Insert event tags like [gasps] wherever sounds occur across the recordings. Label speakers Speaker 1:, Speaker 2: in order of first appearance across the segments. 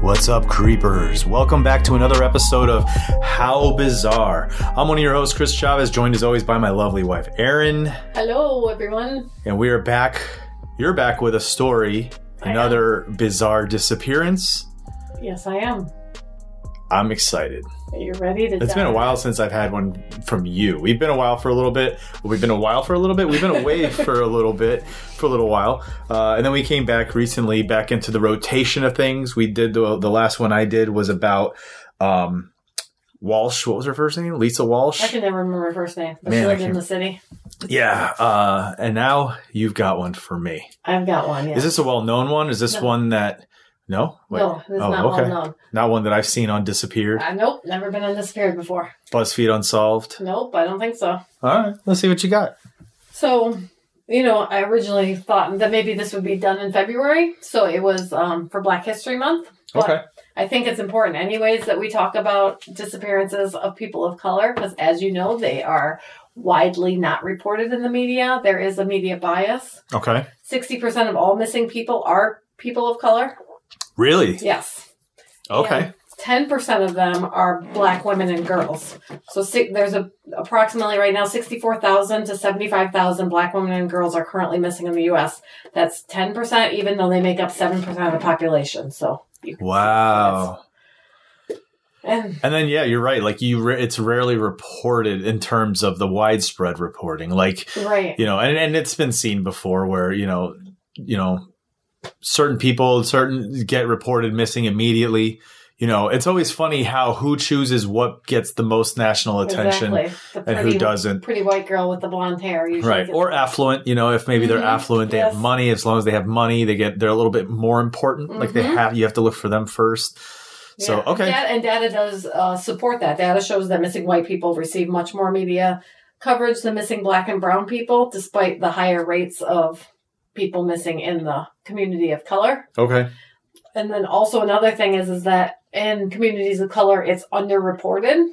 Speaker 1: What's up, creepers? Welcome back to another episode of How Bizarre. I'm one of your hosts, Chris Chavez, joined as always by my lovely wife, Erin.
Speaker 2: Hello, everyone.
Speaker 1: And we are back. You're back with a story,
Speaker 2: am.
Speaker 1: another bizarre disappearance.
Speaker 2: Yes, I am.
Speaker 1: I'm excited.
Speaker 2: Are you ready to?
Speaker 1: It's been a
Speaker 2: dive?
Speaker 1: while since I've had one from you. We've been a while for a little bit. We've been a while for a little bit. We've been away
Speaker 2: [laughs]
Speaker 1: for a little bit, for a little while. Uh, and then we came back recently, back into the rotation of things. We did the, the last one I did was about um, Walsh. What was her first name? Lisa Walsh?
Speaker 2: I can never remember her first name, but
Speaker 1: Man,
Speaker 2: she
Speaker 1: I
Speaker 2: lived in
Speaker 1: can't-
Speaker 2: the city.
Speaker 1: yeah. Uh, and now you've got one for me.
Speaker 2: I've got one. Yeah.
Speaker 1: Is this a well known one? Is this
Speaker 2: No.
Speaker 1: one that. No? Wait.
Speaker 2: no, this is
Speaker 1: Oh,
Speaker 2: not
Speaker 1: okay.
Speaker 2: well known.
Speaker 1: Not one that I've seen on Disappeared,
Speaker 2: Uh, nope, never been on disappeared before.
Speaker 1: BuzzFeed Unsolved.
Speaker 2: Nope, I don't think so.
Speaker 1: All right. Let's see what you got.
Speaker 2: So, you know, I originally thought that maybe this would be done in February, so it was um, for Black History Month. But
Speaker 1: Okay.
Speaker 2: I think it's important, anyways, that we talk about disappearances of people of color because, as you know, they are widely not reported in the media. There is a media bias.
Speaker 1: Okay.
Speaker 2: 60% of all missing people are people of color?
Speaker 1: Really?
Speaker 2: Yes.
Speaker 1: Okay.
Speaker 2: And 10% of them are black women and girls. So si- there's a, approximately right now 64,000 to 75,000 black women and girls are currently missing in the US. That's 10%, even though they make up 7% of the population. So, you,
Speaker 1: Wow.
Speaker 2: and
Speaker 1: And then yeah, you're right. Like you ra- it's rarely reported in terms of the widespread reporting. Like,
Speaker 2: right.
Speaker 1: you know, and and it's been seen before where, you know, you know, certain people certain get reported missing immediately. You know, it's always funny how who chooses what gets the most national attention
Speaker 2: exactly. The
Speaker 1: and who doesn't.
Speaker 2: Pretty white girl with the blonde hair. Usually
Speaker 1: Right.
Speaker 2: gets-
Speaker 1: Or affluent, you know, if maybe they're
Speaker 2: Mhm.
Speaker 1: affluent, they have
Speaker 2: Yes.
Speaker 1: money. As long as they have money, they get they're a little bit more important. Like they
Speaker 2: Mhm.
Speaker 1: have you have to look for them first. So
Speaker 2: Yeah.
Speaker 1: okay.
Speaker 2: Data- and data does uh, support that. Data shows that missing white people receive much more media coverage than missing black and brown people, despite the higher rates of people missing in the community of color.
Speaker 1: Okay.
Speaker 2: And then also another thing is is that in communities of color, it's underreported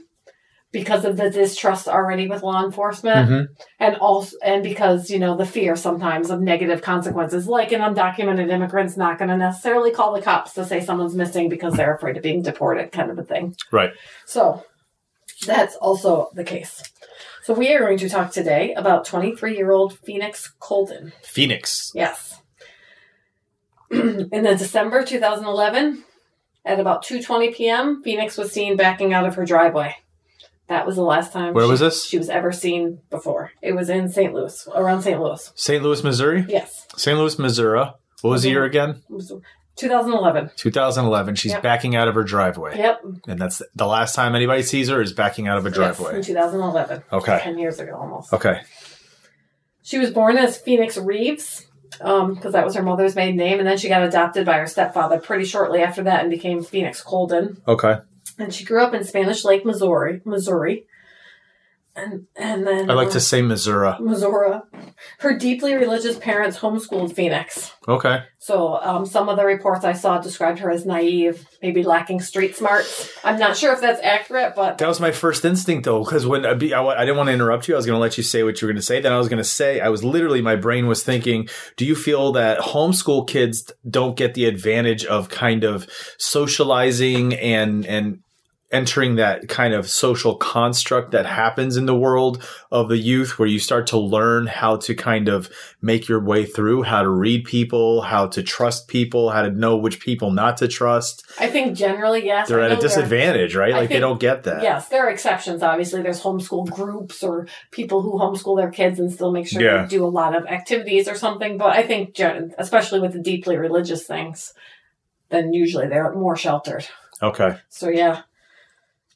Speaker 2: because of the distrust already with law enforcement
Speaker 1: Mhm.
Speaker 2: and also and because you know the fear sometimes of negative consequences like an undocumented immigrant's not going to necessarily call the cops to say someone's missing because they're afraid of being deported kind of a thing
Speaker 1: Right.
Speaker 2: so that's also the case so we are going to talk today about 23 year old phoenix colden
Speaker 1: Phoenix.
Speaker 2: yes [clears throat] in the december 2011 at about 2.20 p.m phoenix was seen backing out of her driveway that was the last time
Speaker 1: Where
Speaker 2: she
Speaker 1: was this?
Speaker 2: she was ever seen before. It was in St. Louis, around St. Louis.
Speaker 1: St. Louis, Missouri.
Speaker 2: Yes,
Speaker 1: St. Louis, Missouri. What was the year again?
Speaker 2: It was 2011.
Speaker 1: 2011. She's
Speaker 2: Yep.
Speaker 1: backing out of her driveway.
Speaker 2: Yep,
Speaker 1: And that's the last time anybody sees her is backing out of a driveway.
Speaker 2: Yes, in 2011.
Speaker 1: Okay.
Speaker 2: Ten years ago, almost.
Speaker 1: Okay.
Speaker 2: She was born as Phoenix Reeves, um, because that was her mother's maiden name, and then she got adopted by her stepfather pretty shortly after that, and became Phoenix Colden.
Speaker 1: Okay.
Speaker 2: And she grew up in Spanish Lake, Missouri, Missouri. And and then
Speaker 1: I like
Speaker 2: um,
Speaker 1: to say Missouri.
Speaker 2: Missouri. Her deeply religious parents homeschooled Phoenix.
Speaker 1: Okay.
Speaker 2: So um, some of the reports I saw described her as naive, maybe lacking street smarts. I'm not sure if that's accurate, but
Speaker 1: That was my first instinct though, because when I, be, I, wa- I didn't want to interrupt you, I was going to let you say what you were going to say. Then I was going to say, I was literally, my brain was thinking, do you feel that homeschool kids don't get the advantage of kind of socializing and, and, entering that kind of social construct that happens in the world of the youth where you start to learn how to kind of make your way through how to read people how to trust people how to know which people not to trust
Speaker 2: I think generally, yes.
Speaker 1: they're
Speaker 2: I
Speaker 1: at a
Speaker 2: know there-
Speaker 1: disadvantage right
Speaker 2: I
Speaker 1: like they
Speaker 2: think-
Speaker 1: don't get that
Speaker 2: Yes, there are exceptions. Obviously, there's homeschool groups or people who homeschool their kids and still make sure
Speaker 1: Yeah.
Speaker 2: they do a lot of activities or something. But I think, gen- especially with the deeply religious things, then usually they're more sheltered.
Speaker 1: okay
Speaker 2: So yeah,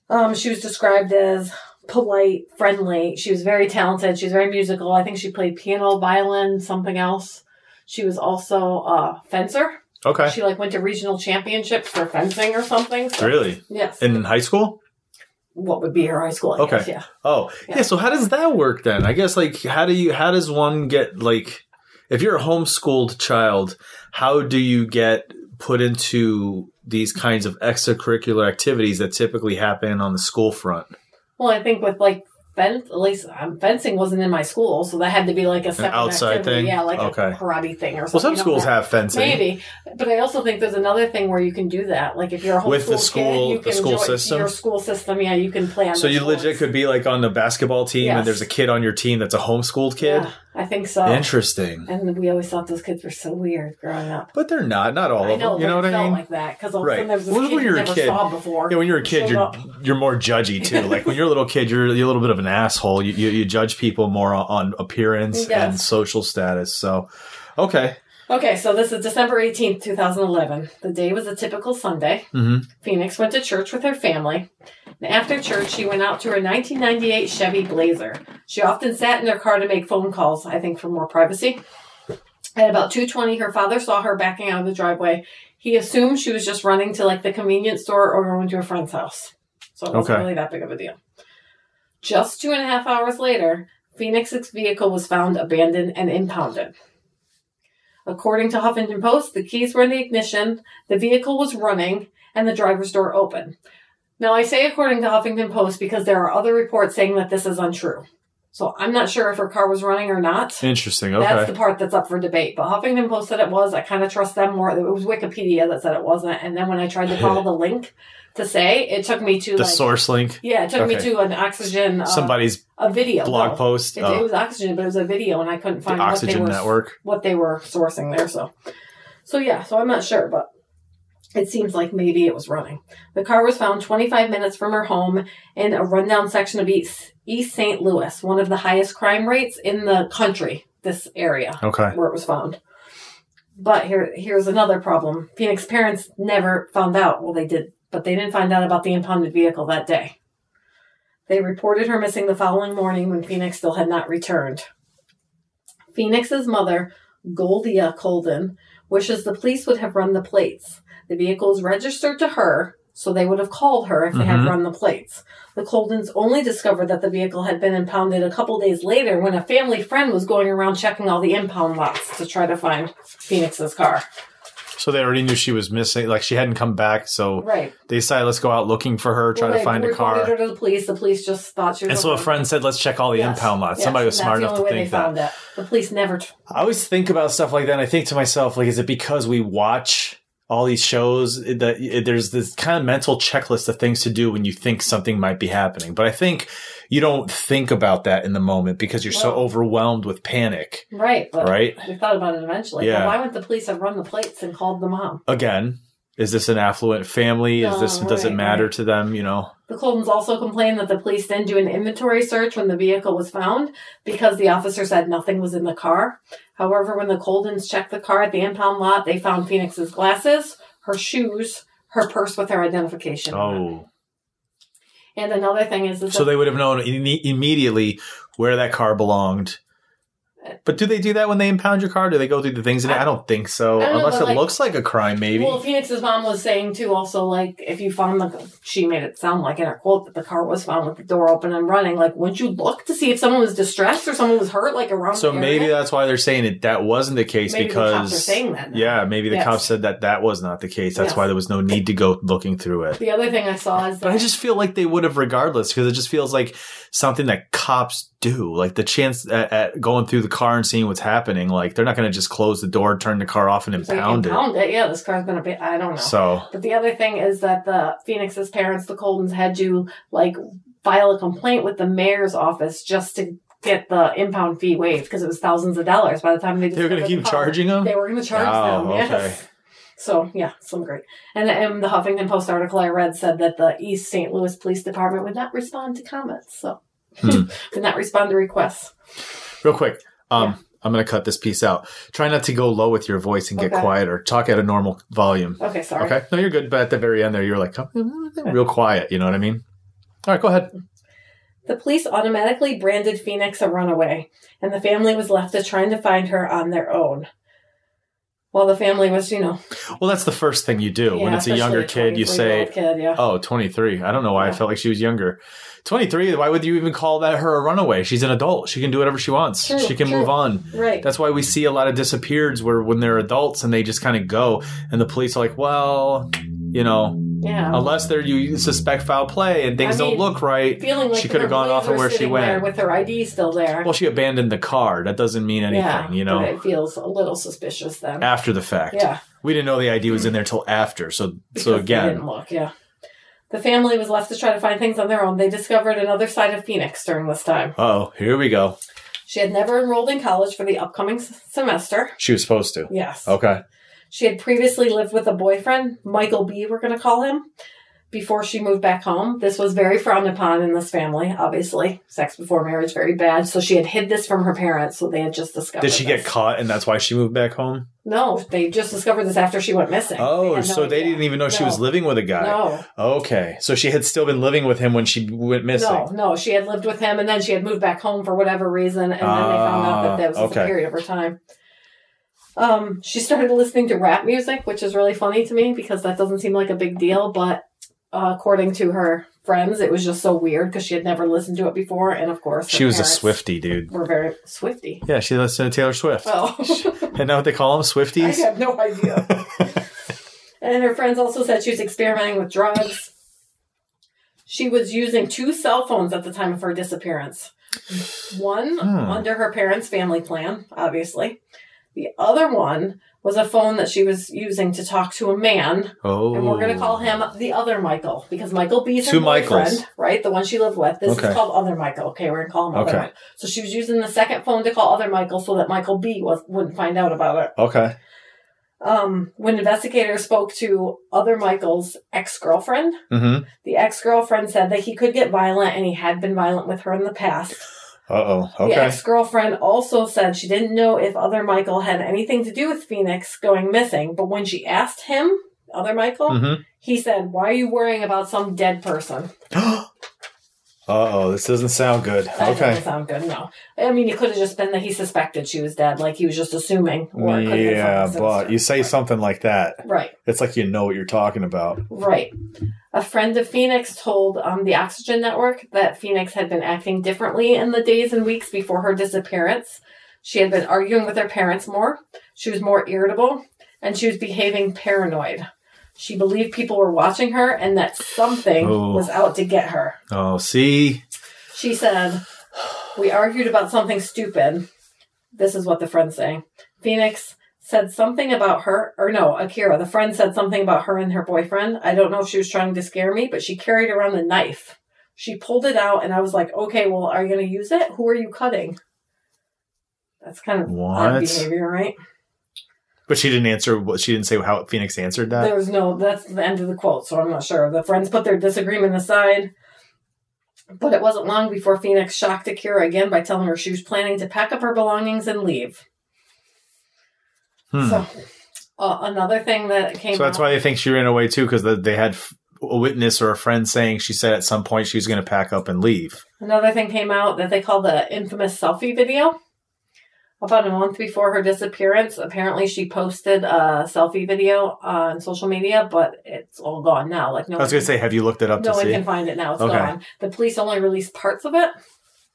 Speaker 2: um, she was described as polite, friendly. She was very talented. She was very musical. I think she played piano, violin, something else. She was also a fencer.
Speaker 1: Okay.
Speaker 2: She like went to regional championships for fencing or something. So,
Speaker 1: Really?
Speaker 2: Yes.
Speaker 1: In high school?
Speaker 2: what would be her high school? I
Speaker 1: Okay.
Speaker 2: guess, yeah.
Speaker 1: Oh, yeah.
Speaker 2: Yeah.
Speaker 1: So how does that work then? I guess like how do you how does one get like if you're a homeschooled child, how do you get put into these kinds of extracurricular activities that typically happen on the school front?
Speaker 2: Well, I think with like fence, at least um, fencing wasn't in my school, so that had to be like a separate
Speaker 1: outside
Speaker 2: activity.
Speaker 1: thing?
Speaker 2: Yeah, like
Speaker 1: Okay.
Speaker 2: a karate thing or
Speaker 1: Well,
Speaker 2: something.
Speaker 1: some schools have fencing.
Speaker 2: Maybe, but I also think there's another thing where you can do that. Like if you're a homeschool
Speaker 1: With the school-
Speaker 2: kid, you
Speaker 1: the
Speaker 2: can
Speaker 1: school
Speaker 2: join
Speaker 1: system?
Speaker 2: your school system. Yeah, you can play on.
Speaker 1: So
Speaker 2: the
Speaker 1: you
Speaker 2: sports.
Speaker 1: legit could be like on the basketball team and
Speaker 2: Yes.
Speaker 1: there's a kid on your team that's a homeschooled kid.
Speaker 2: Yeah, I think so.
Speaker 1: Interesting.
Speaker 2: And we always thought those kids were so weird growing up.
Speaker 1: But they're not, not all
Speaker 2: I
Speaker 1: of
Speaker 2: know,
Speaker 1: them. You know what
Speaker 2: but it
Speaker 1: I
Speaker 2: felt
Speaker 1: mean?
Speaker 2: like that because all
Speaker 1: Right.
Speaker 2: of a sudden there was this
Speaker 1: Well,
Speaker 2: kid
Speaker 1: when
Speaker 2: you
Speaker 1: you're a
Speaker 2: never
Speaker 1: kid-
Speaker 2: saw before.
Speaker 1: Yeah, when you're a kid,
Speaker 2: showed
Speaker 1: you're
Speaker 2: up.
Speaker 1: you're more judgy too. Like when you're a little kid, you're you're a little bit of an asshole. You you, you judge people more on, on appearance and
Speaker 2: Yes.
Speaker 1: social status. So, okay,
Speaker 2: Okay, so this is December 18th, 2011. The day was a typical Sunday.
Speaker 1: hmm
Speaker 2: Phoenix went to church with her family. And after church, she went out to her 1998 Chevy Blazer. She often sat in her car to make phone calls, I think for more privacy. At about 2:20, her father saw her backing out of the driveway. He assumed she was just running to like the convenience store or going to a friend's house. So it wasn't
Speaker 1: Okay.
Speaker 2: really that big of a deal. Just two and a half hours later, Phoenix's vehicle was found abandoned and impounded. According to Huffington Post, the keys were in the ignition, the vehicle was running, and the driver's door open. Now, I say according to Huffington Post because there are other reports saying that this is untrue. So I'm not sure if her car was running or not.
Speaker 1: interesting.
Speaker 2: That's the
Speaker 1: Okay,
Speaker 2: part that's up for debate. But Huffington Post said it was. I kind of trust them more. It was Wikipedia that said it wasn't. And then when I tried to follow the link to say, it took me to
Speaker 1: the
Speaker 2: like,
Speaker 1: source link,
Speaker 2: Yeah, it took me
Speaker 1: Okay.
Speaker 2: to an oxygen uh,
Speaker 1: somebody's
Speaker 2: a video
Speaker 1: blog
Speaker 2: No.
Speaker 1: post,
Speaker 2: It, it
Speaker 1: uh,
Speaker 2: was oxygen, but it was a video, and I couldn't
Speaker 1: the
Speaker 2: find what they
Speaker 1: Oxygen
Speaker 2: were
Speaker 1: Network.
Speaker 2: what they were sourcing there. So, so yeah, so I'm not sure, but it seems like maybe it was running. The car was found 25 minutes from her home in a rundown section of East East St. Louis, one of the highest crime rates in the country. This area
Speaker 1: Okay,
Speaker 2: where it was found. But here, here's another problem. Phoenix parents never found out. Well, they did, but they didn't find out about the impounded vehicle that day. They reported her missing the following morning when Phoenix still had not returned. Phoenix's mother, Goldia Colden, wishes the police would have run the plates. The vehicle is registered to her, so they would have called her if they
Speaker 1: Mhm.
Speaker 2: had run the plates. The Coldens only discovered that the vehicle had been impounded a couple days later when a family friend was going around checking all the impound lots to try to find Phoenix's car.
Speaker 1: so they already knew she was missing. Like she hadn't come back, so
Speaker 2: Right.
Speaker 1: they decided let's go out looking for her, try
Speaker 2: Well,
Speaker 1: to
Speaker 2: they
Speaker 1: find a
Speaker 2: reported
Speaker 1: car.
Speaker 2: her to the police. The police just thought she was.
Speaker 1: And so a
Speaker 2: alone.
Speaker 1: friend said, "Let's check all the
Speaker 2: Yes,
Speaker 1: impound lots."
Speaker 2: yes,
Speaker 1: Somebody was
Speaker 2: and
Speaker 1: smart
Speaker 2: that's
Speaker 1: enough
Speaker 2: the
Speaker 1: to
Speaker 2: only way
Speaker 1: think
Speaker 2: they
Speaker 1: that.
Speaker 2: Found it. The police never. T-
Speaker 1: I always think about stuff like that. And I think to myself, like, is it because we watch all these shows it- that it- there's this kind of mental checklist of things to do when you think something might be happening? But I think you don't think about that in the moment because you're so
Speaker 2: Well-
Speaker 1: overwhelmed with panic,
Speaker 2: right, but
Speaker 1: right?
Speaker 2: we thought about it eventually.
Speaker 1: Yeah.
Speaker 2: Well, why wouldn't the police have run the plates and called the mom?
Speaker 1: Again, is this an affluent family? Is this
Speaker 2: No,
Speaker 1: does it
Speaker 2: right,
Speaker 1: matter
Speaker 2: right.
Speaker 1: to them? You know,
Speaker 2: The Coldens also complained that the police didn't do an inventory search when the vehicle was found because the officer said nothing was in the car. However, when the Coldens checked the car at the impound lot, they found Phoenix's glasses, her shoes, her purse with her identification. on it.
Speaker 1: oh,
Speaker 2: And another thing is, is
Speaker 1: so
Speaker 2: that-
Speaker 1: they would have known imme- immediately where that car belonged. But do they do that when they impound your car? Do they go through the things in it? I don't think so,
Speaker 2: Eh. I don't know,
Speaker 1: unless
Speaker 2: but,
Speaker 1: it
Speaker 2: like-
Speaker 1: looks like a crime. Maybe
Speaker 2: Well, Phoenix's mom was saying too. Also, like if you found the, she made it sound like in her quote that the car was found with the door open and running. Like, wouldn't you look to see if someone was distressed or someone was hurt, like around?
Speaker 1: So
Speaker 2: the
Speaker 1: maybe
Speaker 2: area?
Speaker 1: that's why they're saying it. That wasn't the case
Speaker 2: Maybe the
Speaker 1: because
Speaker 2: cops are saying that now.
Speaker 1: yeah, maybe the
Speaker 2: Yes.
Speaker 1: cops said that that was not the case. That's
Speaker 2: Yes.
Speaker 1: why there was no need to go looking through it.
Speaker 2: The other thing I saw is that
Speaker 1: But I just feel like they would have regardless because it just feels like something that cops do. Like the chance at, at going through the car and seeing what's happening, like they're not going to just close the door, turn the car off, and
Speaker 2: It's like,
Speaker 1: impound it.
Speaker 2: impound Yeah, this car's been a bit. I don't know.
Speaker 1: So
Speaker 2: But the other thing is that the Phoenix's parents, the Coldens, had to like file a complaint with the mayor's office just to get the impound fee waived because it was thousands of dollars by the time they
Speaker 1: they were going to
Speaker 2: discovered
Speaker 1: keep
Speaker 2: the problem.
Speaker 1: charging them.
Speaker 2: They were going to charge
Speaker 1: Oh,
Speaker 2: them. Yes.
Speaker 1: okay.
Speaker 2: So yeah, some great. And, and the Huffington Post article I read said that the East St. Louis Police Department would not respond to comments. So
Speaker 1: Hmm.
Speaker 2: [laughs] would not respond to requests.
Speaker 1: Real quick, um,
Speaker 2: Yeah.
Speaker 1: I'm going to cut this piece out. Try not to go low with your voice and get
Speaker 2: Okay.
Speaker 1: quieter. Talk at a normal volume.
Speaker 2: Okay, sorry.
Speaker 1: Okay. No, you're good. But at the very end there, you're like, "Oh, real quiet. You know what I mean? All right, go ahead.
Speaker 2: The police automatically branded Phoenix a runaway, and the family was left to trying to find her on their own. While the family was, you know,
Speaker 1: Well, that's the first thing you do when
Speaker 2: yeah,
Speaker 1: it's a younger
Speaker 2: especially
Speaker 1: kid. You
Speaker 2: 23-year-old
Speaker 1: say,
Speaker 2: kid, yeah.
Speaker 1: "Oh, 23." I don't know why I
Speaker 2: Yeah.
Speaker 1: felt like she was younger. 23. Why would you even call that her a runaway? She's an adult. She can do whatever she wants.
Speaker 2: True,
Speaker 1: she can
Speaker 2: true.
Speaker 1: move on.
Speaker 2: right.
Speaker 1: That's why we see a lot of disappeareds where when they're adults and they just kind of go, and the police are like, "Well, you know,
Speaker 2: yeah.
Speaker 1: unless they're you suspect foul play and things
Speaker 2: I mean,
Speaker 1: don't look right."
Speaker 2: Feeling like
Speaker 1: she coulda
Speaker 2: her
Speaker 1: gone
Speaker 2: boys
Speaker 1: off of
Speaker 2: were
Speaker 1: where she
Speaker 2: sitting there
Speaker 1: went.
Speaker 2: with her ID still there.
Speaker 1: Well, she abandoned the car. That doesn't mean anything,
Speaker 2: yeah,
Speaker 1: you
Speaker 2: but
Speaker 1: know.
Speaker 2: it feels a little suspicious then.
Speaker 1: After the fact,
Speaker 2: Yeah.
Speaker 1: we didn't know the ID was in there till after. So, so
Speaker 2: Because they
Speaker 1: again,
Speaker 2: didn't look. Yeah, the family was left to try to find things on their own. They discovered another side of Phoenix during this time.
Speaker 1: oh, here we go.
Speaker 2: She had never enrolled in college for the upcoming s- semester.
Speaker 1: She was supposed to.
Speaker 2: Yes,
Speaker 1: Okay.
Speaker 2: she had previously lived with a boyfriend, Michael B. We're going to call him. Before she moved back home, this was very frowned upon in this family. Obviously, sex before marriage very bad. So she had hid this from her parents. So they had just discovered.
Speaker 1: Did she get
Speaker 2: this.
Speaker 1: caught and that's why she moved back home?
Speaker 2: No, they just discovered this after she went missing.
Speaker 1: Oh,
Speaker 2: had no
Speaker 1: so they
Speaker 2: idea.
Speaker 1: didn't even know she was
Speaker 2: No.
Speaker 1: living with a guy.
Speaker 2: No,
Speaker 1: Okay. So she had still been living with him when she went missing.
Speaker 2: No, no, she had lived with him, and then she had moved back home for whatever reason, and then they found out that that was
Speaker 1: Ah, okay.
Speaker 2: a period of her time. Um, she started listening to rap music, which is really funny to me because that doesn't seem like a big deal, but uh, according to her friends, it was just so weird because she had never listened to it before, and of course, her
Speaker 1: She was a
Speaker 2: parents
Speaker 1: Swifty, dude.
Speaker 2: Were very swifty.
Speaker 1: Yeah, she listened to Taylor Swift.
Speaker 2: Oh,
Speaker 1: And now what they call them?
Speaker 2: I
Speaker 1: Swifties?
Speaker 2: have no idea. [laughs] and her friends also said she was experimenting with drugs. She was using two cell phones at the time of her disappearance. One
Speaker 1: Hmm.
Speaker 2: under her parents' family plan, obviously. The other one was a phone that she was using to talk to a man,
Speaker 1: Oh.
Speaker 2: and we're going to call him the other Michael because Michael B's her
Speaker 1: Two
Speaker 2: boyfriend,
Speaker 1: Michaels.
Speaker 2: right? The one she lived with. This
Speaker 1: Okay.
Speaker 2: is called other Michael. Okay, we're going to call him other
Speaker 1: Okay.
Speaker 2: Michael. So she was using the second phone to call other Michael so that Michael B was, wouldn't find out about it
Speaker 1: Okay.
Speaker 2: um, when investigators spoke to other Michael's ex girlfriend,
Speaker 1: Mm-hmm.
Speaker 2: the ex girlfriend said that he could get violent and he had been violent with her in the past.
Speaker 1: Uh oh.
Speaker 2: The
Speaker 1: Okay.
Speaker 2: ex girlfriend also said she didn't know if other Michael had anything to do with Phoenix going missing, but when she asked him, other Michael,
Speaker 1: Mm-hmm. [gasps]
Speaker 2: he said, Why are you worrying about some dead person?
Speaker 1: uh oh. This doesn't sound good.
Speaker 2: That doesn't
Speaker 1: Okay.
Speaker 2: sound good, no. I mean, it could have just been that he suspected she was dead, like he was just assuming. Or it could have been
Speaker 1: Yeah,
Speaker 2: something
Speaker 1: but
Speaker 2: sinister.
Speaker 1: you say something like that,
Speaker 2: Right.
Speaker 1: it's like you know what you're talking about.
Speaker 2: Right. A friend of Phoenix told um, the Oxygen Network that Phoenix had been acting differently in the days and weeks before her disappearance. She had been arguing with her parents more, she was more irritable, and she was behaving paranoid. She believed people were watching her and that something
Speaker 1: Oh.
Speaker 2: was out to get her.
Speaker 1: Oh, see?
Speaker 2: She said, We argued about something stupid. This is what the friend's saying. Phoenix said something about her, or no, Akira, the friend said something about her and her boyfriend. I don't know if she was trying to scare me, but she carried around a knife. She pulled it out, and I was like, Okay, well, are you going to use it? Who are you cutting? That's kind of odd
Speaker 1: What?
Speaker 2: behavior, right?
Speaker 1: But she didn't answer. What She didn't say how Phoenix answered that.
Speaker 2: There's no, that's the end of the quote, so I'm not sure. The friends put their disagreement aside, but it wasn't long before Phoenix shocked Akira again by telling her she was planning to pack up her belongings and leave.
Speaker 1: Hmm.
Speaker 2: So, uh, another thing that came
Speaker 1: So that's
Speaker 2: out-
Speaker 1: why they think she ran away too, because they had f- a witness or a friend saying she said at some point she was going to pack up and leave.
Speaker 2: another thing came out that they call the infamous selfie video. About a month before her disappearance, apparently she posted a selfie video on social media, but it's all gone now. Like no,
Speaker 1: I was
Speaker 2: one-
Speaker 1: going to say, have you looked it up
Speaker 2: no
Speaker 1: to
Speaker 2: one
Speaker 1: see?
Speaker 2: can find it now. It's
Speaker 1: Okay.
Speaker 2: gone. The police only released parts of it.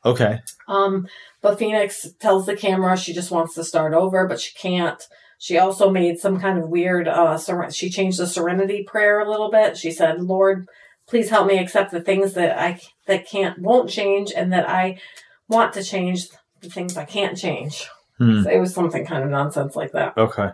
Speaker 1: Okay.
Speaker 2: Um, but Phoenix tells the camera she just wants to start over, but she can't. She also made some kind of weird, uh, ser- she changed the serenity prayer a little bit. She said, Lord, please help me accept the things that I, that can't, won't change and that I want to change the things I can't change.
Speaker 1: Hmm.
Speaker 2: So it was something kind of nonsense like that.
Speaker 1: Okay.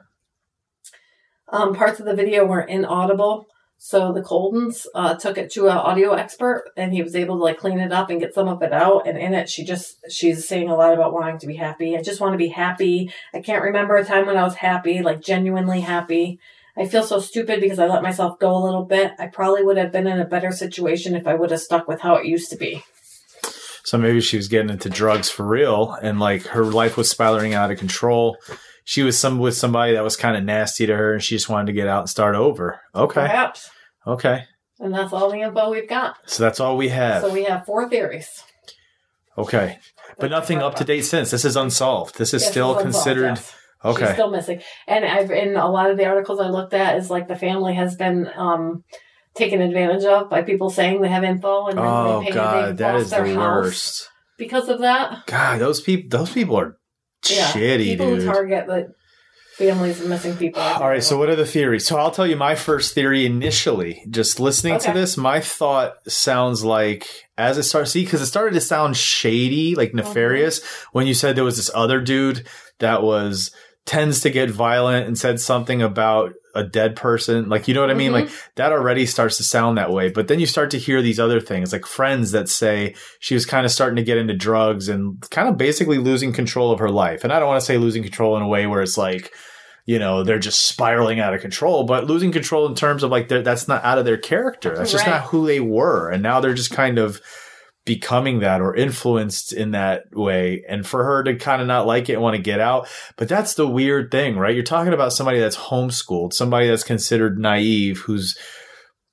Speaker 2: Um, parts of the video were inaudible, so the Coldens uh, took it to an audio expert, and he was able to like clean it up and get some of it out. And in it, she just she's saying a lot about wanting to be happy. I just want to be happy. I can't remember a time when I was happy, like genuinely happy. I feel so stupid because I let myself go a little bit. I probably would have been in a better situation if I would have stuck with how it used to be.
Speaker 1: So maybe she was getting into drugs for real, and like her life was spiraling out of control. She was some with somebody that was kind of nasty to her, and she just wanted to get out and start over. Okay.
Speaker 2: Perhaps.
Speaker 1: Okay.
Speaker 2: And that's all the info we've got.
Speaker 1: So that's all we have.
Speaker 2: So we have four theories.
Speaker 1: Okay. But nothing up to date since. This is unsolved. This is
Speaker 2: Yes,
Speaker 1: still
Speaker 2: it's unsolved,
Speaker 1: considered.
Speaker 2: yes. She's
Speaker 1: Okay.
Speaker 2: still missing. And I've in a lot of the articles I looked at is like the family has been um taken advantage of by people saying they have info and then
Speaker 1: Oh
Speaker 2: they pay
Speaker 1: god,
Speaker 2: they've
Speaker 1: that
Speaker 2: lost
Speaker 1: is
Speaker 2: their
Speaker 1: the
Speaker 2: house
Speaker 1: worst.
Speaker 2: because of that.
Speaker 1: God, those people. Those people are shitty,
Speaker 2: people
Speaker 1: dude.
Speaker 2: who target the families of missing
Speaker 1: [sighs]
Speaker 2: people.
Speaker 1: All right, so what are the theories? So I'll tell you my first theory initially. Just listening to
Speaker 2: Okay.
Speaker 1: this, my thought sounds like as it starts, see, because it started to sound shady, like
Speaker 2: Uh-huh.
Speaker 1: nefarious, when you said there was this other dude that was tends to get violent and said something about a dead person. Like, you know what I mean?
Speaker 2: Mhm.
Speaker 1: Like, that already starts to sound that way. But then you start to hear these other things, like friends that say she was kind of starting to get into drugs and kind of basically losing control of her life. And I don't want to say losing control in a way where it's like, you know, they're just spiraling out of control, but losing control in terms of like, they're- that's not out of their character. That's just
Speaker 2: Right.
Speaker 1: not who they were. And now they're just kind of becoming that or influenced in that way. And for her to kind of not like it and want to get out. But that's the weird thing, right? You're talking about somebody that's homeschooled, somebody that's considered naive, who's,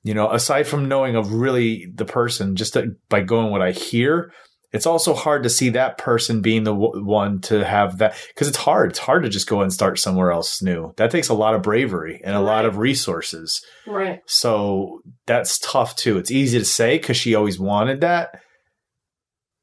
Speaker 1: you know, aside from knowing of really the person, just that by going what I hear, it's also hard to see that person being the w- one to have that because it's hard. It's hard to just go and start somewhere else new. That takes a lot of bravery and a lot
Speaker 2: Right.
Speaker 1: of resources.
Speaker 2: right.
Speaker 1: So that's tough too. It's easy to say because she always wanted that.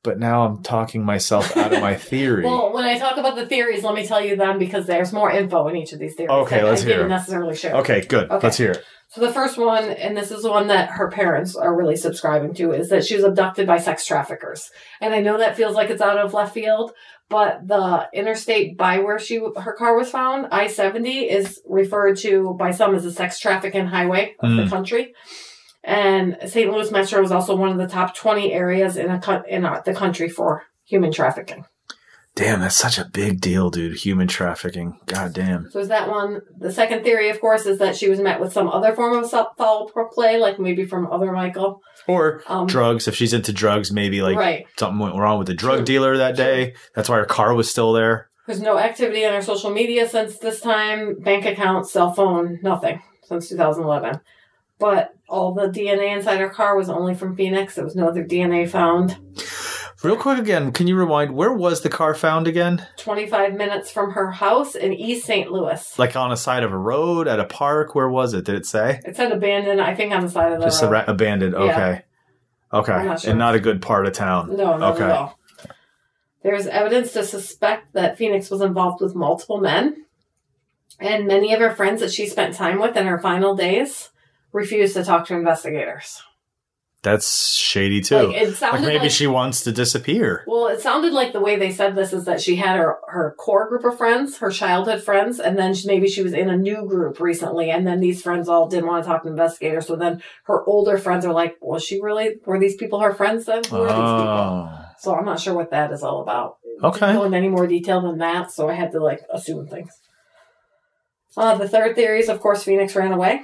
Speaker 1: But now I'm talking myself out of
Speaker 2: [laughs]
Speaker 1: my theory.
Speaker 2: Well, when I talk about the theories, let me tell you them because there's more info in each of these theories.
Speaker 1: Okay,
Speaker 2: that
Speaker 1: let's
Speaker 2: I
Speaker 1: hear
Speaker 2: didn't
Speaker 1: 'em.
Speaker 2: necessarily share.
Speaker 1: okay, good.
Speaker 2: Okay.
Speaker 1: Let's hear it.
Speaker 2: So the first one, and this is the one that her parents are really subscribing to, is that she was abducted by sex traffickers. And I know that feels like it's out of left field, but the interstate by where she her car was found, I seventy, is referred to by some as a sex trafficking highway of
Speaker 1: Mm.
Speaker 2: the country. And St. Louis Metro is also one of the top twenty areas in a co- in our, the country for human trafficking.
Speaker 1: Damn, that's such a big deal, dude. Human trafficking. God damn.
Speaker 2: So is that one? The second theory, of course, is that she was met with some other form of self- foul play, like maybe from other Michael.
Speaker 1: Or
Speaker 2: Um,
Speaker 1: drugs. If she's into drugs, maybe like
Speaker 2: right.
Speaker 1: something went wrong with the drug
Speaker 2: Sure.
Speaker 1: dealer that day. That's why her car was still there.
Speaker 2: There's no activity on her social media since this time. Bank account, cell phone, nothing since 2011. But all the DNA inside her car was only from Phoenix. There was no other DNA found.
Speaker 1: Real quick again, can you remind where was the car found again?
Speaker 2: 25 minutes from her house in East St. Louis.
Speaker 1: Like on a side of a road, at a park? Where was it? Did it say?
Speaker 2: It said abandoned, I think, on the side of the
Speaker 1: Just
Speaker 2: road.
Speaker 1: ra- abandoned.
Speaker 2: Yeah.
Speaker 1: Okay. Okay.
Speaker 2: I'm not sure.
Speaker 1: And not a good part of town.
Speaker 2: No, not
Speaker 1: Okay.
Speaker 2: at all. There's evidence to suspect that Phoenix was involved with multiple men, and many of her friends that she spent time with in her final days refused to talk to investigators.
Speaker 1: That's shady too.
Speaker 2: Like,
Speaker 1: Like,
Speaker 2: it sounded
Speaker 1: maybe
Speaker 2: like-
Speaker 1: she wants to
Speaker 2: [laughs]
Speaker 1: disappear.
Speaker 2: Well, it sounded like the way they said this is that she had her, her core group of friends, her childhood friends, and then she, maybe she was in a new group recently, and then these friends all didn't want to talk to investigators. So then her older friends are like, "Was she really? Were these people her friends then? Who are these people?"
Speaker 1: Oh.
Speaker 2: So I'm not sure what that is all about.
Speaker 1: Okay.
Speaker 2: Didn't go into any more detail than that, so I had to like assume things. Uh, the third theory is, of course, Phoenix ran away.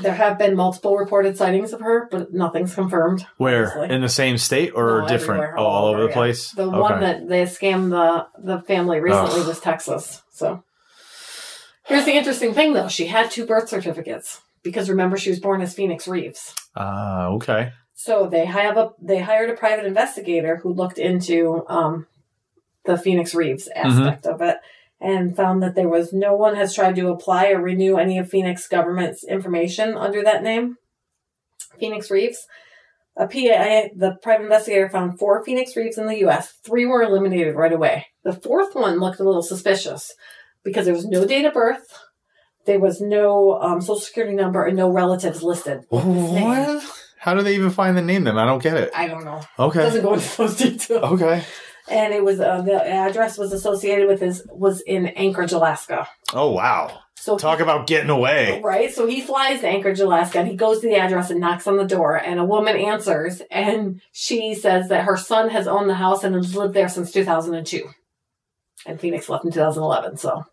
Speaker 2: There have been multiple reported sightings of her, but nothing's confirmed.
Speaker 1: Where?
Speaker 2: Honestly.
Speaker 1: In the same state or
Speaker 2: No,
Speaker 1: different?
Speaker 2: everywhere,
Speaker 1: Oh, all over the
Speaker 2: yeah.
Speaker 1: place?
Speaker 2: The
Speaker 1: okay.
Speaker 2: one that they scammed the the family recently
Speaker 1: Ugh.
Speaker 2: was Texas. So here's the interesting thing, though: she had two birth certificates because remember she was born as Phoenix Reeves.
Speaker 1: Ah, okay.
Speaker 2: So they have a they hired a private investigator who looked into um, the Phoenix Reeves aspect of it and found that there was no one has tried to apply or renew any of Phoenix government's information under that name. Phoenix Reeves. A PI, the private investigator found four Phoenix Reeves in the U.S. Three were eliminated right away. The fourth one looked a little suspicious because there was no date of birth, there was no um, social security number, and no relatives listed.
Speaker 1: What? How do they even find the name? Then I don't get it.
Speaker 2: I don't know. It
Speaker 1: Okay. Oh.
Speaker 2: doesn't go into those [laughs] details.
Speaker 1: Okay.
Speaker 2: and it was uh, the address was associated with his was in Anchorage, Alaska.
Speaker 1: Oh wow.
Speaker 2: So
Speaker 1: Talk about getting away.
Speaker 2: right, so he flies to Anchorage, Alaska, and he goes to the address and knocks on the door, and a woman answers, and she says that her son has owned the house and has lived there since 2002, and Phoenix left in 2011. So,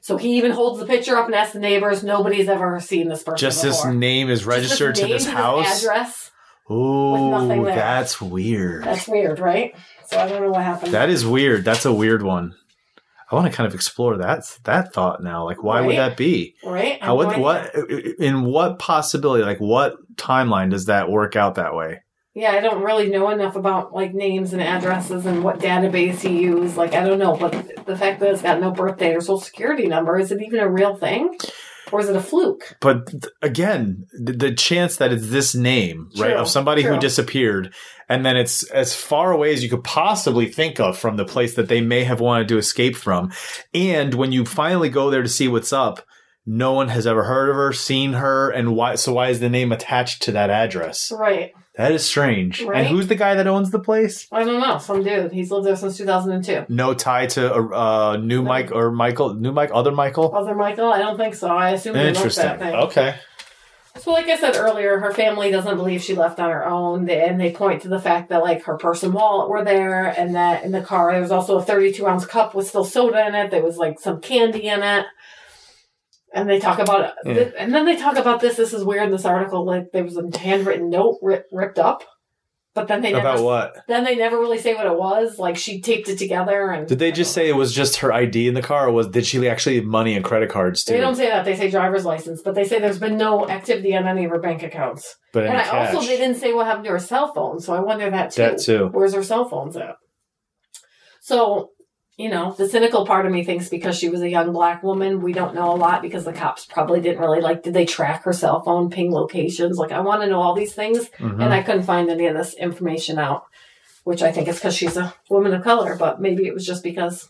Speaker 2: so he even holds the picture up and asks the neighbors, nobody's ever seen this person.
Speaker 1: Just this
Speaker 2: before.
Speaker 1: name is
Speaker 2: Just
Speaker 1: registered
Speaker 2: name
Speaker 1: to this
Speaker 2: and
Speaker 1: house.
Speaker 2: address. nothing
Speaker 1: Ooh,
Speaker 2: there.
Speaker 1: that's weird.
Speaker 2: That's weird, right? So I don't know what happened.
Speaker 1: That is weird. That's a weird one. I want to kind of explore that that thought now. Like, why would
Speaker 2: Right?
Speaker 1: that be?
Speaker 2: right? I
Speaker 1: How
Speaker 2: have
Speaker 1: would
Speaker 2: no idea.
Speaker 1: what in what possibility? Like, what timeline does that work out that way?
Speaker 2: Yeah, I don't really know enough about like names and addresses and what database you use. Like, I don't know, but the fact that it's got no birthday or social security number, is it even a real thing? Or is it a fluke?
Speaker 1: But th- again, the, the chance that it's this name, right,
Speaker 2: True,
Speaker 1: of somebody who
Speaker 2: true.
Speaker 1: disappeared, and then it's as far away as you could possibly think of from the place that they may have wanted to escape from. And when you finally go there to see what's up, no one has ever heard of her, seen her, and why? So why is the name attached to that address?
Speaker 2: Right.
Speaker 1: That is strange.
Speaker 2: Right?
Speaker 1: And who's the guy that owns the place?
Speaker 2: I don't know. Some dude. He's lived there since 2002.
Speaker 1: No tie to uh, uh, new Mike or Michael, new Mike, other Michael.
Speaker 2: Other Michael? I don't think so. I assume they left
Speaker 1: Interesting.
Speaker 2: that thing.
Speaker 1: Okay.
Speaker 2: So, like I said earlier, her family doesn't believe she left on her own, They- and they point to the fact that like her purse and wallet were there, and that in the car there was also a 32 ounce cup with still soda in it. There was like some candy in it, and they talk about
Speaker 1: Yeah.
Speaker 2: th- and then they talk about this. This is weird in this article. Like there was a handwritten note ri- ripped up, but then they
Speaker 1: About
Speaker 2: never
Speaker 1: what?
Speaker 2: then they never really say what it was. Like she taped it together, and
Speaker 1: Did they just say it was just her ID in the car, or was did she actually have money and credit cards too?
Speaker 2: They don't say that. They say driver's license, but they say there's been no activity on any of her bank accounts.
Speaker 1: but
Speaker 2: And
Speaker 1: any
Speaker 2: I
Speaker 1: cash.
Speaker 2: also they didn't say what happened to her cell phone, so I wonder that too.
Speaker 1: that too.
Speaker 2: Where's her cell phones at? So, you know, the cynical part of me thinks because she was a young black woman, we don't know a lot because the cops probably didn't really like did they track her cell phone, ping locations? Like I want to know all these things
Speaker 1: Mhm.
Speaker 2: and I couldn't find any of this information out, which I think is because she's a woman of color, but maybe it was just because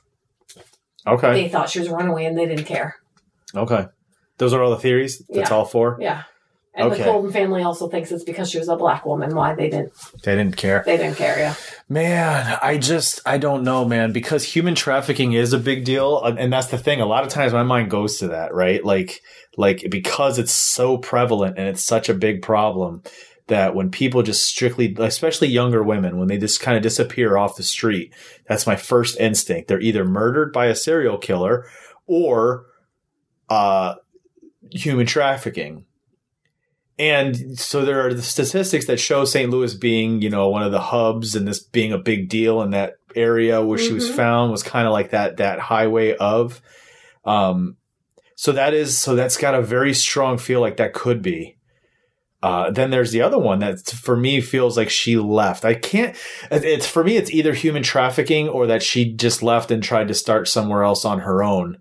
Speaker 1: okay,
Speaker 2: they thought she was a runaway and they didn't care.
Speaker 1: okay. Those are all the theories. That's
Speaker 2: Yeah.
Speaker 1: all four.
Speaker 2: Yeah. And
Speaker 1: Okay.
Speaker 2: the Colden family also thinks it's because she was a black woman why they didn't
Speaker 1: They didn't care.
Speaker 2: they didn't care, yeah.
Speaker 1: Man, I just I don't know, man, because human trafficking is a big deal, uh, and and that's the thing. A lot of times my mind goes to that, right? Like like because it's so prevalent and it's such a big problem that when people just strictly especially younger women when they just kind of disappear off the street, that's my first instinct. They're either murdered by a serial killer or uh human trafficking. And so there are the statistics that show St. Louis being, you know, one of the hubs and this being a big deal in that area where she was
Speaker 2: Mhm.
Speaker 1: found was kind of like that that highway of. Um, so that is so that's got a very strong feel like that could be. Uh, then there's the other one that for me feels like she left. I can't. it- It's for me. It's either human trafficking or that she just left and tried to start somewhere else on her own.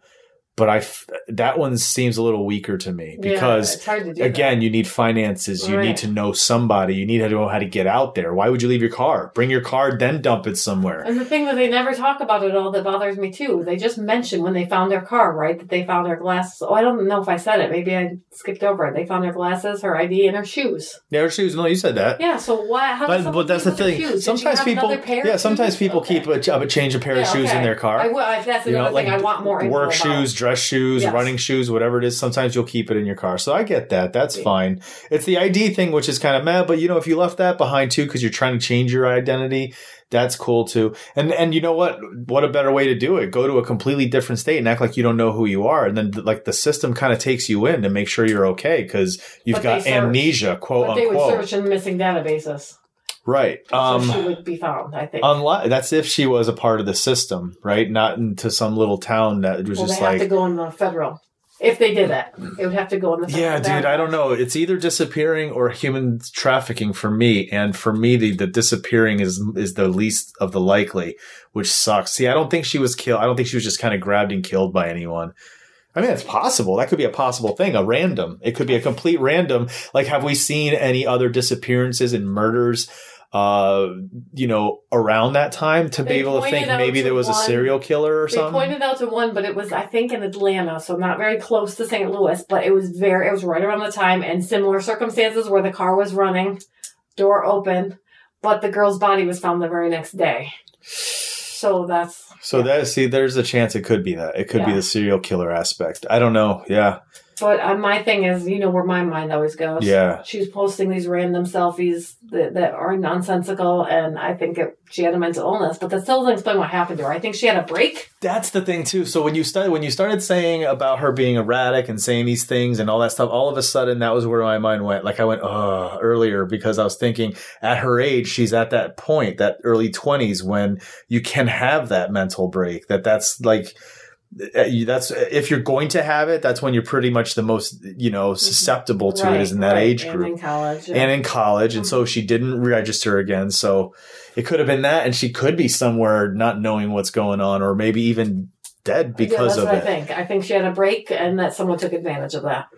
Speaker 1: But I f- that one seems a little weaker to me
Speaker 2: Yeah,
Speaker 1: because
Speaker 2: it's hard to do that.
Speaker 1: again you need finances you need
Speaker 2: Right.
Speaker 1: to know somebody you need to know how to get out there why would you leave your car bring your car then dump it somewhere
Speaker 2: And the thing that they never talk about at all that bothers me too, they just mention when they found their car, right? That they found her glasses. Oh, I don't know if I said it. Maybe I skipped over it. They found her glasses, her ID, and her shoes.
Speaker 1: yeah her shoes no you said that
Speaker 2: Yeah. So why? How does
Speaker 1: but,
Speaker 2: someone
Speaker 1: but that's the
Speaker 2: leave with their
Speaker 1: thing
Speaker 2: shoes? Did she
Speaker 1: sometimes
Speaker 2: have
Speaker 1: people
Speaker 2: another pair of
Speaker 1: yeah
Speaker 2: shoes?
Speaker 1: sometimes people
Speaker 2: Okay.
Speaker 1: keep a, ch- a change of pair of
Speaker 2: Yeah,
Speaker 1: shoes in
Speaker 2: okay.
Speaker 1: their car
Speaker 2: I will, I- that's
Speaker 1: you
Speaker 2: another
Speaker 1: know like
Speaker 2: thing I want more info
Speaker 1: work
Speaker 2: about.
Speaker 1: shoes dress shoes
Speaker 2: Yes.
Speaker 1: running shoes whatever it is sometimes you'll keep it in your car so i get that that's
Speaker 2: Yeah.
Speaker 1: fine it's the id thing which is kind of mad but you know if you left that behind too because you're trying to change your identity that's cool too and and you know what what a better way to do it go to a completely different state and act like you don't know who you are and then like the system kind of takes you in to make sure you're okay because you've
Speaker 2: But they
Speaker 1: got
Speaker 2: search.
Speaker 1: amnesia quote
Speaker 2: But they would
Speaker 1: unquote Um,
Speaker 2: search in missing databases,
Speaker 1: right
Speaker 2: so she would be found. I think.
Speaker 1: Unless that's if she was a part of the system, right? Not into some little town that was
Speaker 2: well, they
Speaker 1: just
Speaker 2: have
Speaker 1: like
Speaker 2: to go in the federal. If they did it, it would have to go in the. Federal
Speaker 1: Yeah, dude, I don't know. It's either disappearing or human trafficking for me, and for me, the, the disappearing is is the least of the likely, which sucks. See, I don't think she was killed. I don't think she was just kind of grabbed and killed by anyone. I mean, it's possible. That could be a possible thing. A random. It could be a complete random. Like, have we seen any other disappearances and murders? Uh, you know, around that time to be
Speaker 2: They
Speaker 1: able to think
Speaker 2: pointed out
Speaker 1: maybe
Speaker 2: to
Speaker 1: there was a
Speaker 2: one-
Speaker 1: serial killer or
Speaker 2: They
Speaker 1: something.
Speaker 2: pointed out to one, but it was I think in Atlanta, so not very close to St. Louis, but it was very it was right around the time and similar circumstances where the car was running, door open, but the girl's body was found the very next day. So that's
Speaker 1: So that see, there's a chance it could be that. It could be
Speaker 2: Yeah.
Speaker 1: the serial killer aspect. I don't know. Yeah,
Speaker 2: but uh, my thing is, you know where my mind always goes.
Speaker 1: yeah.
Speaker 2: She's posting these random selfies that, that are nonsensical, and I think it, she had a mental illness, but that still doesn't explain what happened to her. I think she had a break.
Speaker 1: That's the thing too. So when you started when you started saying about her being erratic and saying these things and all that stuff, all of a sudden that was where my mind went. Like I went uh earlier because I was thinking at her age, she's at that point, that early twenties when you can have that mental break. That that's like uh, you- that's if you're going to have it, that's when you're pretty much the most you know susceptible to it is in that
Speaker 2: Mm-hmm. right,
Speaker 1: age
Speaker 2: and
Speaker 1: group
Speaker 2: in college. yeah. Mm-hmm.
Speaker 1: and in college. And so she didn't register again. So it could have been that. And she could be somewhere not knowing what's going on or maybe even dead because
Speaker 2: yeah,
Speaker 1: of
Speaker 2: that's what
Speaker 1: it.
Speaker 2: I think. I think she had a break, and that someone took advantage of that.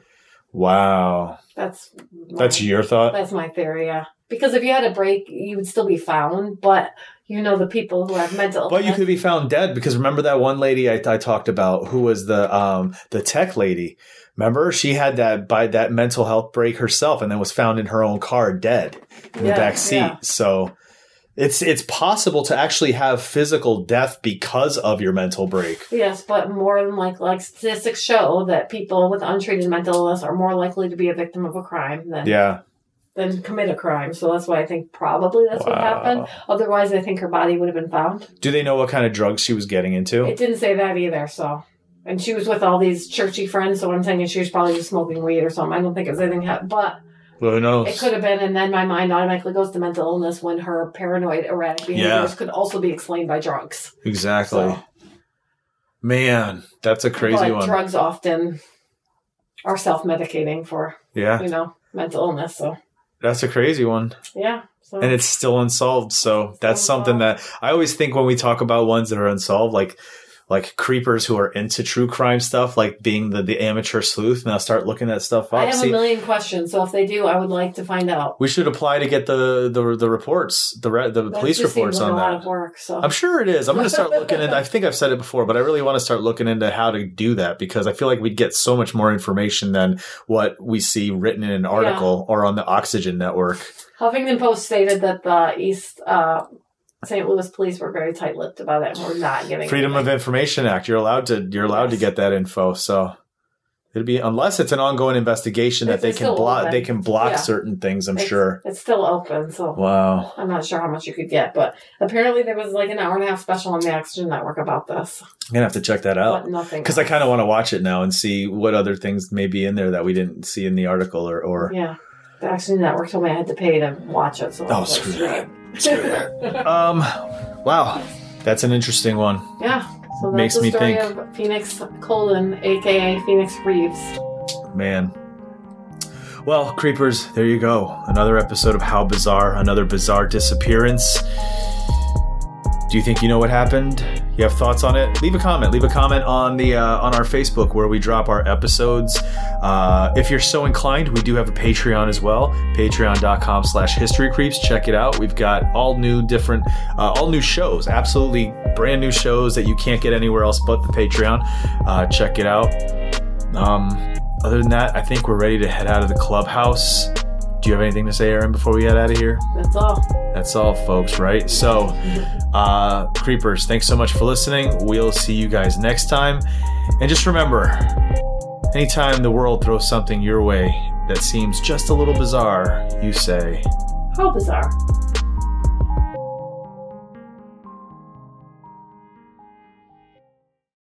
Speaker 1: Wow.
Speaker 2: That's my,
Speaker 1: That's your thought?
Speaker 2: That's my theory. Yeah, because if you had a break, you would still be found, but you know the people who have mental.
Speaker 1: But you
Speaker 2: illness-
Speaker 1: could be found dead because remember that one lady I, I talked about who was the um, the tech lady. Remember she had that by that mental health break herself and then was found in her own car dead in
Speaker 2: Yeah,
Speaker 1: the back seat.
Speaker 2: yeah.
Speaker 1: So it's it's possible to actually have physical death because of your mental break.
Speaker 2: Yes, but more than like like statistics show that people with untreated mental illness are more likely to be a victim of a crime than
Speaker 1: Yeah.
Speaker 2: than commit a crime. So that's why I think probably that's what happened. Otherwise, I think her body would have been found.
Speaker 1: Do they know what kind of drugs she was getting into?
Speaker 2: It didn't say that either. So, and she was with all these churchy friends. So I'm thinking she was probably just smoking weed or something. I don't think it was anything. ha- But
Speaker 1: well, who
Speaker 2: it
Speaker 1: knows?
Speaker 2: could have been. And then my mind automatically goes to mental illness when her paranoid, erratic behaviors could also be explained by drugs.
Speaker 1: Exactly.
Speaker 2: So-
Speaker 1: Man, that's a crazy
Speaker 2: but
Speaker 1: one.
Speaker 2: drugs often are self-medicating for
Speaker 1: yeah,
Speaker 2: you know mental illness. So.
Speaker 1: that's a crazy one.
Speaker 2: Yeah. So
Speaker 1: And it's still unsolved. So that's
Speaker 2: Still
Speaker 1: something that I always think when we talk about ones that are unsolved, like like creepers who are into true crime stuff, like being the, the amateur sleuth, now start looking that stuff
Speaker 2: I
Speaker 1: up.
Speaker 2: have
Speaker 1: See,
Speaker 2: a million questions, so if they do, I would like to find out.
Speaker 1: we should apply to get the the, the reports, the re- the
Speaker 2: That
Speaker 1: police
Speaker 2: just seems
Speaker 1: reports on
Speaker 2: like a
Speaker 1: that.
Speaker 2: lot of work. So
Speaker 1: I'm sure it is. I'm going to start looking into. I think I've said it before, but I really want to start looking into how to do that because I feel like we'd get so much more information than what we see written in an article or on the Oxygen Network.
Speaker 2: Huffington Post stated that the East uh, St. Louis police were very tight-lipped about it, and we're not giving
Speaker 1: Freedom of Information Act. You're allowed to. You're allowed to
Speaker 2: Yes.
Speaker 1: get that info. So it'd be unless it's an ongoing investigation that
Speaker 2: It's
Speaker 1: they
Speaker 2: still
Speaker 1: can block.
Speaker 2: open.
Speaker 1: They can block
Speaker 2: Yeah.
Speaker 1: certain things. I'm
Speaker 2: It's-
Speaker 1: sure.
Speaker 2: It's still open, so
Speaker 1: Wow.
Speaker 2: I'm not sure how much you could get, but apparently there was like an hour and a half special on the Oxygen Network about this,
Speaker 1: I'm gonna have to check that out.
Speaker 2: but nothing.
Speaker 1: Because Oh, I
Speaker 2: else.
Speaker 1: kind of want to watch it now and see what other things may be in there that we didn't see in the article or, or
Speaker 2: yeah, the Oxygen Network told me I had to pay to watch it. So I
Speaker 1: Oh,
Speaker 2: was like,
Speaker 1: screw that.
Speaker 2: [laughs]
Speaker 1: um, wow, that's an interesting one.
Speaker 2: Yeah. So that's
Speaker 1: Makes
Speaker 2: the
Speaker 1: me
Speaker 2: story
Speaker 1: think.
Speaker 2: of Phoenix Colon, aka Phoenix Reeves.
Speaker 1: Man. Well, creepers, there you go. Another episode of How Bizarre, another bizarre disappearance. Do you think you know what happened? You have thoughts on it? Leave a comment. Leave a comment on the uh, on our Facebook where we drop our episodes. Uh, if you're so inclined, we do have a Patreon as well. Patreon.com/slash History Creeps. Check it out. We've got all new different, uh, all new shows. Absolutely brand new shows that you can't get anywhere else but the Patreon. Uh, check it out. Um, other than that, I think we're ready to head out of the clubhouse. Do you have anything to say, Aaron, before we head out of here?
Speaker 2: That's all.
Speaker 1: That's all, folks, right? So, uh, Creepers, thanks so much for listening. We'll see you guys next time. And just remember anytime the world throws something your way that seems just a little bizarre, you say,
Speaker 2: How bizarre.